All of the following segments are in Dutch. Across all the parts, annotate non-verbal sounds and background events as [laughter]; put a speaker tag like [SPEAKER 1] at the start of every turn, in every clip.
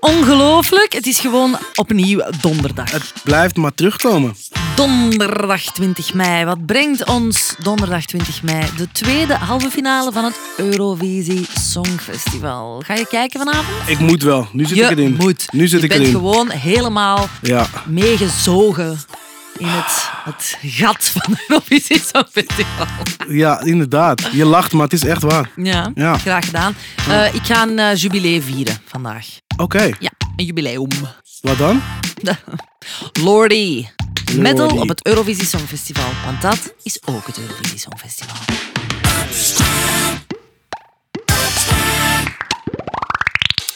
[SPEAKER 1] ongelooflijk. Het is gewoon opnieuw donderdag.
[SPEAKER 2] Het blijft maar terugkomen.
[SPEAKER 1] Donderdag 20 mei. Wat brengt ons donderdag 20 mei? De tweede halve finale van het Eurovisie Songfestival. Ga je kijken vanavond?
[SPEAKER 2] Ik moet wel. Nu zit ik
[SPEAKER 1] Je
[SPEAKER 2] erin.
[SPEAKER 1] moet.
[SPEAKER 2] Nu zit
[SPEAKER 1] je
[SPEAKER 2] ik
[SPEAKER 1] bent
[SPEAKER 2] erin.
[SPEAKER 1] gewoon helemaal
[SPEAKER 2] Ja.
[SPEAKER 1] meegezogen in het, het gat van het Eurovisie Songfestival.
[SPEAKER 2] ja, inderdaad. Je lacht, maar het is echt waar.
[SPEAKER 1] Ja,
[SPEAKER 2] Ja.
[SPEAKER 1] graag gedaan. Eh, ik ga een eh, jubileum vieren vandaag.
[SPEAKER 2] Oké,
[SPEAKER 1] Ja, een jubileum.
[SPEAKER 2] wat dan?
[SPEAKER 1] Lordy. Medal
[SPEAKER 2] Lordy.
[SPEAKER 1] op het Eurovisie Songfestival. Want dat is ook het Eurovisie Songfestival.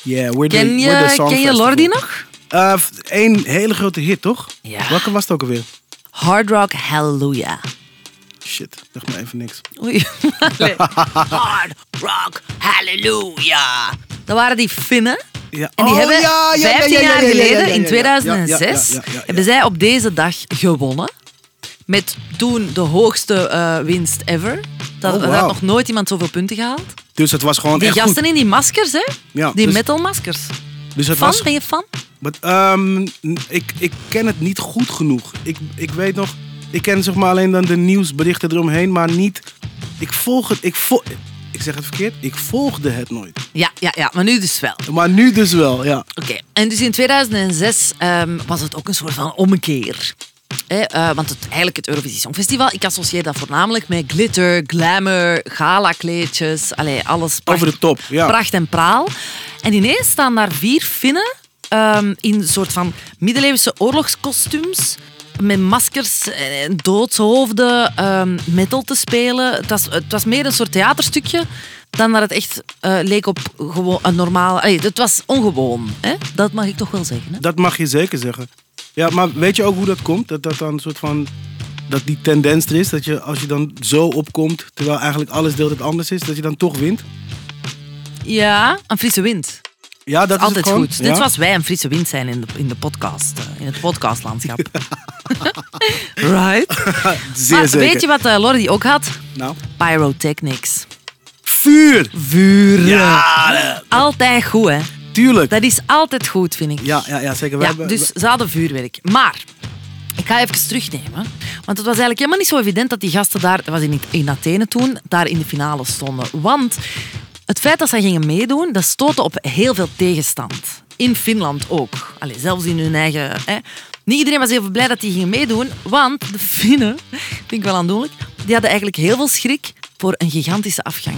[SPEAKER 2] Yeah, we're the,
[SPEAKER 1] Ken
[SPEAKER 2] we're the
[SPEAKER 1] je,
[SPEAKER 2] song
[SPEAKER 1] ken je
[SPEAKER 2] festival.
[SPEAKER 1] Lordy nog?
[SPEAKER 2] Eh, f- Eén hele grote hit, toch?
[SPEAKER 1] Ja.
[SPEAKER 2] Welke was het ook alweer?
[SPEAKER 1] Hard Rock Hallelujah.
[SPEAKER 2] Shit, zeg maar even niks.
[SPEAKER 1] Oei. Allee. Hard Rock Hallelujah. Dat waren die Finnen.
[SPEAKER 2] Ja.
[SPEAKER 1] En die
[SPEAKER 2] Oh,
[SPEAKER 1] hebben
[SPEAKER 2] ja, ja, ja,
[SPEAKER 1] 15
[SPEAKER 2] ja, ja,
[SPEAKER 1] jaar
[SPEAKER 2] ja, ja,
[SPEAKER 1] geleden,
[SPEAKER 2] ja, ja,
[SPEAKER 1] in
[SPEAKER 2] ja,
[SPEAKER 1] 2006,
[SPEAKER 2] ja, ja, ja, ja.
[SPEAKER 1] hebben zij op deze dag gewonnen. Met toen de hoogste eh, winst ever. Dat,
[SPEAKER 2] Oh,
[SPEAKER 1] dat
[SPEAKER 2] wauw.
[SPEAKER 1] had nog nooit iemand zoveel punten gehaald.
[SPEAKER 2] Dus het was gewoon
[SPEAKER 1] Die
[SPEAKER 2] echt
[SPEAKER 1] gasten
[SPEAKER 2] goed.
[SPEAKER 1] in die maskers, hè?
[SPEAKER 2] Ja,
[SPEAKER 1] die
[SPEAKER 2] dus-
[SPEAKER 1] metalmaskers.
[SPEAKER 2] Dus het
[SPEAKER 1] Fan?
[SPEAKER 2] was...
[SPEAKER 1] Ben je fan?
[SPEAKER 2] Wat, ehm, n- ik, ik ken het niet goed genoeg. Ik, ik weet nog... Ik ken zeg maar alleen dan de nieuwsberichten eromheen, maar niet... Ik volg het... Ik, vol, ik zeg het verkeerd. Ik volgde het nooit.
[SPEAKER 1] Ja, ja, ja, maar nu dus wel.
[SPEAKER 2] Maar nu dus wel, ja.
[SPEAKER 1] Oké, en dus in 2006 ehm, was het ook een soort van ommekeer. Hè, eh, want het, eigenlijk het Eurovisie Songfestival, ik associeer dat voornamelijk met glitter, glamour, galakleedjes, allee, alles
[SPEAKER 2] Over de top, ja.
[SPEAKER 1] pracht en praal. En ineens staan daar vier Finnen ehm, in een soort van middeleeuwse oorlogskostuums. Met maskers en doodshoofden, ehm, metal te spelen. Het was, het was meer een soort theaterstukje dan dat het echt eh, leek op gewoon een normale... Allee, het was ongewoon, hè? dat mag ik toch wel zeggen. Hè?
[SPEAKER 2] Dat mag je zeker zeggen. Ja, maar weet je ook hoe dat komt? Dat dat dan een soort van. Dat die tendens er is, dat je als je dan zo opkomt, terwijl eigenlijk alles deelt het anders is, dat je dan toch wint.
[SPEAKER 1] Ja, een frisse wind.
[SPEAKER 2] Ja, dat is het
[SPEAKER 1] Altijd
[SPEAKER 2] gewoon.
[SPEAKER 1] goed.
[SPEAKER 2] Ja?
[SPEAKER 1] Net zoals wij een frisse wind zijn in de, in de podcast, eh, in het
[SPEAKER 2] [laughs]
[SPEAKER 1] podcastlandschap. [laughs] right?
[SPEAKER 2] [laughs] Zeer
[SPEAKER 1] maar
[SPEAKER 2] zeker.
[SPEAKER 1] weet je wat eh, Lordi ook had?
[SPEAKER 2] Nou,
[SPEAKER 1] Pyrotechnics.
[SPEAKER 2] vuur!
[SPEAKER 1] Vuren.
[SPEAKER 2] Ja, eh,
[SPEAKER 1] Altijd goed, hè.
[SPEAKER 2] tuurlijk.
[SPEAKER 1] Dat is altijd goed, vind ik.
[SPEAKER 2] Ja, ja, ja zeker. We
[SPEAKER 1] Ja,
[SPEAKER 2] hebben-
[SPEAKER 1] dus ze hadden vuurwerk. Maar, ik ga even terugnemen. Want het was eigenlijk helemaal niet zo evident dat die gasten daar, dat was in, in Athene toen, daar in de finale stonden. Want het feit dat zij gingen meedoen, dat stootte op heel veel tegenstand. In Finland ook. Allee, zelfs in hun eigen... Hè. Niet iedereen was even blij dat die gingen meedoen, want de Finnen, [laughs] vind ik wel aandoenlijk, die hadden eigenlijk heel veel schrik voor een gigantische afgang.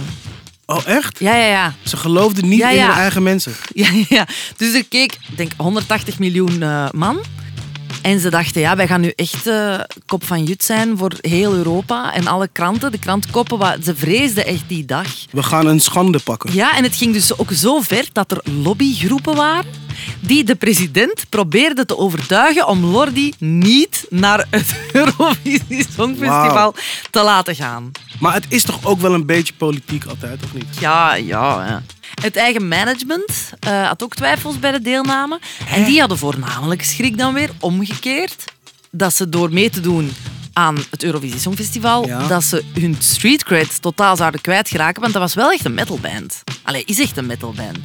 [SPEAKER 2] Oh, echt?
[SPEAKER 1] Ja, ja, ja.
[SPEAKER 2] Ze geloofden niet
[SPEAKER 1] Ja,
[SPEAKER 2] in
[SPEAKER 1] ja.
[SPEAKER 2] hun eigen mensen.
[SPEAKER 1] [laughs] Ja, ja, ja. Dus er keek, ik denk 180 miljoen eh, man. En ze dachten, ja, wij gaan nu echt eh, kop van jut zijn voor heel Europa en alle kranten. De krantkoppen, wa- ze vreesden echt die dag.
[SPEAKER 2] We gaan een schande pakken.
[SPEAKER 1] Ja, en het ging dus ook zo ver dat er lobbygroepen waren die de president probeerden te overtuigen om Lordi niet naar het [laughs] Eurovisie Songfestival te laten gaan.
[SPEAKER 2] Maar het is toch ook wel een beetje politiek altijd, of niet?
[SPEAKER 1] Ja, ja. ja. Het eigen management eh, had ook twijfels bij de deelname. En die hadden voornamelijk schrik dan weer omgekeerd. Dat ze door mee te doen aan het Eurovisie Songfestival,
[SPEAKER 2] Ja.
[SPEAKER 1] dat ze hun street cred totaal zouden kwijtgeraken. Want dat was wel echt een metalband. Allee, is echt een metalband.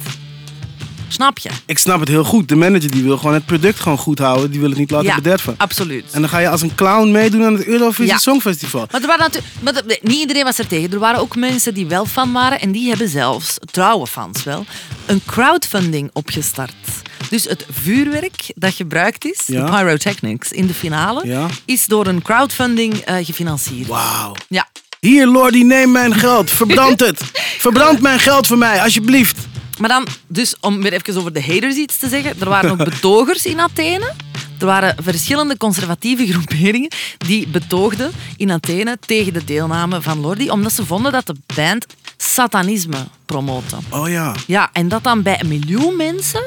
[SPEAKER 1] Snap je?
[SPEAKER 2] Ik snap het heel goed. De manager die wil gewoon het product gewoon goed houden. Die wil het niet laten bederven.
[SPEAKER 1] absoluut.
[SPEAKER 2] En dan ga je als een clown meedoen aan het Eurovisie
[SPEAKER 1] Ja.
[SPEAKER 2] Songfestival.
[SPEAKER 1] Maar, er waren natuurlijk, maar dat- nee, niet iedereen was er tegen. Er waren ook mensen die wel fan waren. En die hebben zelfs, trouwe fans wel, een crowdfunding opgestart. Dus het vuurwerk dat gebruikt is,
[SPEAKER 2] Ja.
[SPEAKER 1] de pyrotechnics in de finale,
[SPEAKER 2] Ja.
[SPEAKER 1] is door een crowdfunding eh, gefinancierd.
[SPEAKER 2] Wauw.
[SPEAKER 1] Ja.
[SPEAKER 2] Hier, Lordy, neem mijn geld. Verbrand het. Verbrand mijn geld voor mij, alsjeblieft.
[SPEAKER 1] Maar dan, dus om weer even over de haters iets te zeggen. Er waren ook betogers in Athene. Er waren verschillende conservatieve groeperingen die betoogden in Athene tegen de deelname van Lordi, omdat ze vonden dat de band satanisme promoten.
[SPEAKER 2] Oh ja.
[SPEAKER 1] Ja, en dat dan bij een miljoen mensen.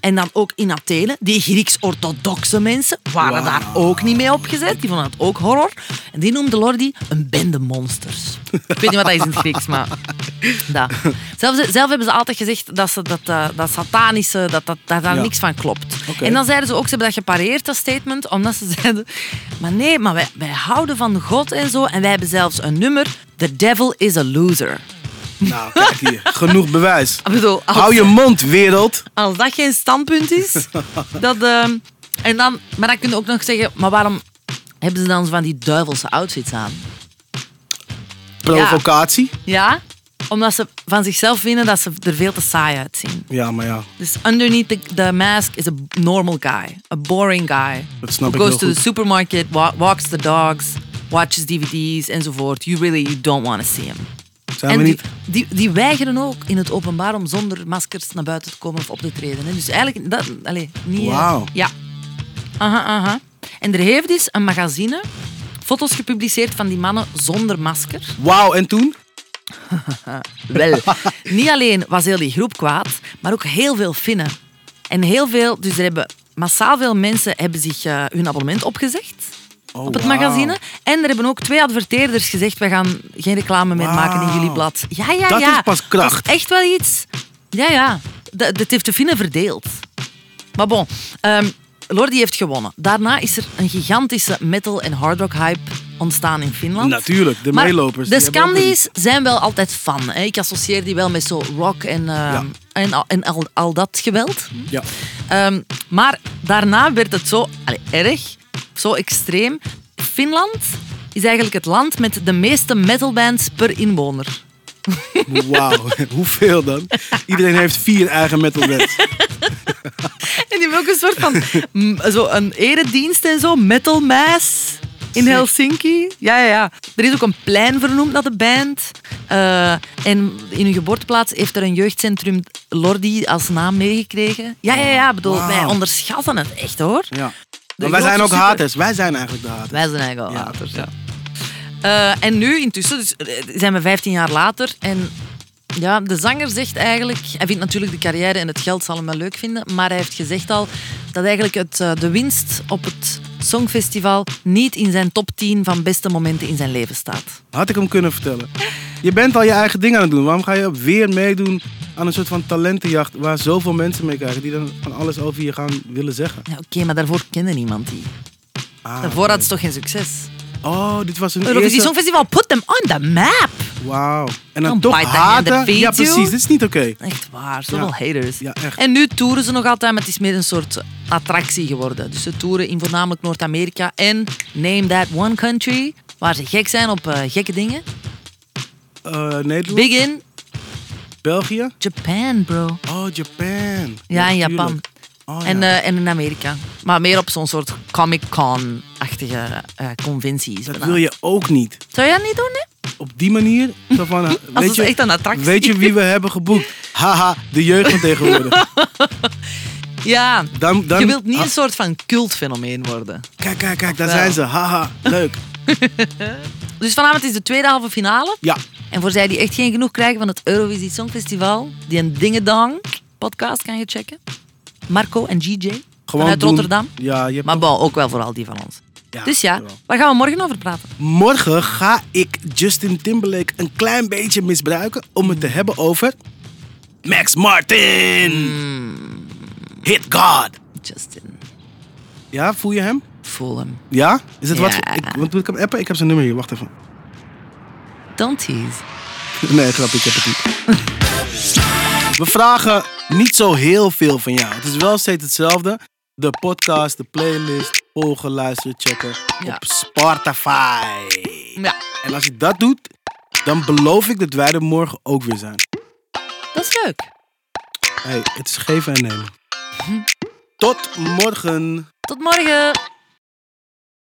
[SPEAKER 1] En dan ook in Athene, die Grieks-orthodoxe mensen waren
[SPEAKER 2] Wauw.
[SPEAKER 1] daar ook niet mee opgezet. Die vonden het ook horror. En die noemde Lordi een bende monsters. Ik weet niet wat dat is in het Grieks, maar... Dat. Zelf, zelf hebben ze altijd gezegd dat ze, dat, eh, dat satanische, dat, dat, dat daar
[SPEAKER 2] Ja.
[SPEAKER 1] niks van klopt.
[SPEAKER 2] Oké.
[SPEAKER 1] En dan zeiden ze ook, ze hebben dat gepareerd, dat statement, omdat ze zeiden... Maar nee, maar wij, wij houden van God en zo. En wij hebben zelfs een nummer, The Devil is a Loser.
[SPEAKER 2] Nou, kijk
[SPEAKER 1] [laughs]
[SPEAKER 2] hier. Genoeg bewijs.
[SPEAKER 1] Ik bedoel, als,
[SPEAKER 2] Hou je mond, wereld.
[SPEAKER 1] als dat geen standpunt
[SPEAKER 2] [laughs]
[SPEAKER 1] is, dat, ehm, en dan, maar dan kun je ook nog zeggen, maar waarom hebben ze dan zo van die duivelse outfits aan?
[SPEAKER 2] Provocatie.
[SPEAKER 1] Ja, omdat ze van zichzelf vinden dat ze er veel te saai uitzien.
[SPEAKER 2] Ja, maar ja.
[SPEAKER 1] Dus underneath the, the mask is a normal guy, a boring guy.
[SPEAKER 2] Dat snap
[SPEAKER 1] who
[SPEAKER 2] ik
[SPEAKER 1] goes to
[SPEAKER 2] heel
[SPEAKER 1] the
[SPEAKER 2] goed.
[SPEAKER 1] supermarket, wa- walks the dogs, watches DVD's enzovoort. You really you don't want to see him.
[SPEAKER 2] Zijn
[SPEAKER 1] en
[SPEAKER 2] we
[SPEAKER 1] die,
[SPEAKER 2] niet...
[SPEAKER 1] die, die weigeren ook in het openbaar om zonder maskers naar buiten te komen of op te treden. Hè. Dus eigenlijk, dat, allez, niet... eh,
[SPEAKER 2] Wauw.
[SPEAKER 1] Ja. Aha, aha. En er heeft dus een magazine foto's gepubliceerd van die mannen zonder masker.
[SPEAKER 2] Wauw, en toen? [laughs]
[SPEAKER 1] Wel, niet alleen was heel die groep kwaad, maar ook heel veel Finnen. En heel veel, dus er hebben massaal veel mensen hebben zich eh, hun abonnement opgezegd
[SPEAKER 2] Oh,
[SPEAKER 1] op het
[SPEAKER 2] wauw.
[SPEAKER 1] magazine. En er hebben ook twee adverteerders gezegd, wij gaan geen reclame meer
[SPEAKER 2] Wauw.
[SPEAKER 1] maken in jullie blad. Ja, ja,
[SPEAKER 2] Dat
[SPEAKER 1] ja.
[SPEAKER 2] is pas kracht.
[SPEAKER 1] Dat is echt wel iets. Ja, ja. Dat, dat heeft de Finnen verdeeld. Maar bon, ehm Lordi heeft gewonnen. Daarna is er een gigantische metal- en hardrock hype ontstaan in Finland.
[SPEAKER 2] Natuurlijk, de
[SPEAKER 1] Maar
[SPEAKER 2] meelopers.
[SPEAKER 1] De
[SPEAKER 2] die hebben ook
[SPEAKER 1] Scandies zijn wel altijd fan. Hè? Ik associeer die wel met zo rock en, ehm, en, al- en al, al dat geweld.
[SPEAKER 2] een- Ja.
[SPEAKER 1] Ehm, maar daarna werd het zo allee, erg, zo extreem. Finland is eigenlijk het land met de meeste metalbands per inwoner.
[SPEAKER 2] Wauw, [laughs] hoeveel dan? Iedereen heeft vier eigen metalbands.
[SPEAKER 1] En die hebben ook een soort van m, zo een eredienst en zo, Metal Mass in Helsinki. Ja, ja, ja. Er is ook een plein vernoemd naar de band. Eh, en in hun geboorteplaats heeft er een jeugdcentrum Lordi als naam meegekregen. Ja, ja, ja. Ik Bedoel,
[SPEAKER 2] Wauw.
[SPEAKER 1] wij onderschatten het echt hoor.
[SPEAKER 2] Ja.
[SPEAKER 1] De
[SPEAKER 2] Maar wij zijn ook
[SPEAKER 1] grootste super-
[SPEAKER 2] haters. Wij zijn eigenlijk de haters.
[SPEAKER 1] Wij zijn eigenlijk al
[SPEAKER 2] Ja.
[SPEAKER 1] haters, ja. Eh, en nu intussen dus, eh, zijn we 15 jaar later en ja, de zanger zegt eigenlijk, hij vindt natuurlijk de carrière en het geld zal hem wel leuk vinden, maar hij heeft gezegd al dat eigenlijk het, eh, de winst op het Songfestival niet in zijn top 10 van beste momenten in zijn leven staat.
[SPEAKER 2] Had ik hem kunnen vertellen. Je bent al je eigen ding aan het doen. Waarom ga je weer meedoen aan een soort van talentenjacht waar zoveel mensen mee krijgen die dan van alles over je gaan willen zeggen?
[SPEAKER 1] Ja, Oké, maar daarvoor kende niemand die.
[SPEAKER 2] Ah,
[SPEAKER 1] Daarvoor had ze toch geen succes.
[SPEAKER 2] Oh, dit was een
[SPEAKER 1] Eurovisie
[SPEAKER 2] eerste...
[SPEAKER 1] Songfestival, put them on the map!
[SPEAKER 2] Wauw. En dan
[SPEAKER 1] Don't
[SPEAKER 2] toch
[SPEAKER 1] bite the hand that
[SPEAKER 2] haten?
[SPEAKER 1] feeds
[SPEAKER 2] Ja,
[SPEAKER 1] you.
[SPEAKER 2] precies. Dit is niet oké.
[SPEAKER 1] Echt waar, zoveel
[SPEAKER 2] Ja.
[SPEAKER 1] haters.
[SPEAKER 2] Ja, echt.
[SPEAKER 1] En nu toeren ze nog altijd, maar het is meer een soort attractie geworden. Dus ze toeren in voornamelijk Noord-Amerika en Name That One Country, waar ze gek zijn op eh, gekke dingen.
[SPEAKER 2] Eh, Nederland,
[SPEAKER 1] Big in
[SPEAKER 2] België.
[SPEAKER 1] Japan, bro.
[SPEAKER 2] Oh, Japan.
[SPEAKER 1] Ja, in Japan.
[SPEAKER 2] tuurlijk. Oh,
[SPEAKER 1] En,
[SPEAKER 2] ja.
[SPEAKER 1] eh, en in Amerika. Maar meer op zo'n soort Comic-Con-achtige eh conventies.
[SPEAKER 2] dat
[SPEAKER 1] bijna.
[SPEAKER 2] wil je ook niet.
[SPEAKER 1] Zou jij dat niet doen, hè?
[SPEAKER 2] Op die manier. Zo van,
[SPEAKER 1] [laughs]
[SPEAKER 2] eh,
[SPEAKER 1] Als
[SPEAKER 2] weet
[SPEAKER 1] het
[SPEAKER 2] je,
[SPEAKER 1] echt een attractie
[SPEAKER 2] Weet je wie we hebben
[SPEAKER 1] [laughs]
[SPEAKER 2] geboekt? Haha, de jeugd van tegenwoordig.
[SPEAKER 1] Ja.
[SPEAKER 2] Dan, dan,
[SPEAKER 1] je wilt niet
[SPEAKER 2] Ah,
[SPEAKER 1] een soort van cultfenomeen worden.
[SPEAKER 2] Kijk, kijk, kijk, daar
[SPEAKER 1] Wel.
[SPEAKER 2] zijn ze. Haha, leuk.
[SPEAKER 1] Dus vanavond is de tweede halve finale.
[SPEAKER 2] Ja,
[SPEAKER 1] En voor zij die echt geen genoeg krijgen van het Eurovisie Songfestival, die een Dingedang podcast kan je checken. Marco en GJ
[SPEAKER 2] gewoon
[SPEAKER 1] vanuit
[SPEAKER 2] doen.
[SPEAKER 1] Rotterdam.
[SPEAKER 2] Ja, je hebt-
[SPEAKER 1] Maar bon, ook wel vooral die van ons.
[SPEAKER 2] Ja,
[SPEAKER 1] dus ja,
[SPEAKER 2] jawel.
[SPEAKER 1] waar gaan we morgen over praten?
[SPEAKER 2] Morgen ga ik Justin Timberlake een klein beetje misbruiken om het te hebben over Max Martin.
[SPEAKER 1] Hmm.
[SPEAKER 2] Hit God.
[SPEAKER 1] Justin,
[SPEAKER 2] Ja, voel je hem?
[SPEAKER 1] voel hem.
[SPEAKER 2] Ja? Is het wat?
[SPEAKER 1] Ja.
[SPEAKER 2] Ik, want moet ik hem appen? Ik heb zijn nummer hier. Wacht even.
[SPEAKER 1] Don't tease.
[SPEAKER 2] Nee, grapje, ik heb het niet. We vragen niet zo heel veel van jou. Het is wel steeds hetzelfde. De podcast, de playlist, volgen, luisteren, checken
[SPEAKER 1] Ja.
[SPEAKER 2] op Spotify.
[SPEAKER 1] Ja,
[SPEAKER 2] En als je dat doet, dan beloof ik dat wij er morgen ook weer zijn.
[SPEAKER 1] dat is leuk. Hm.
[SPEAKER 2] Hey, het is geven en nemen. Tot morgen.
[SPEAKER 1] Tot morgen.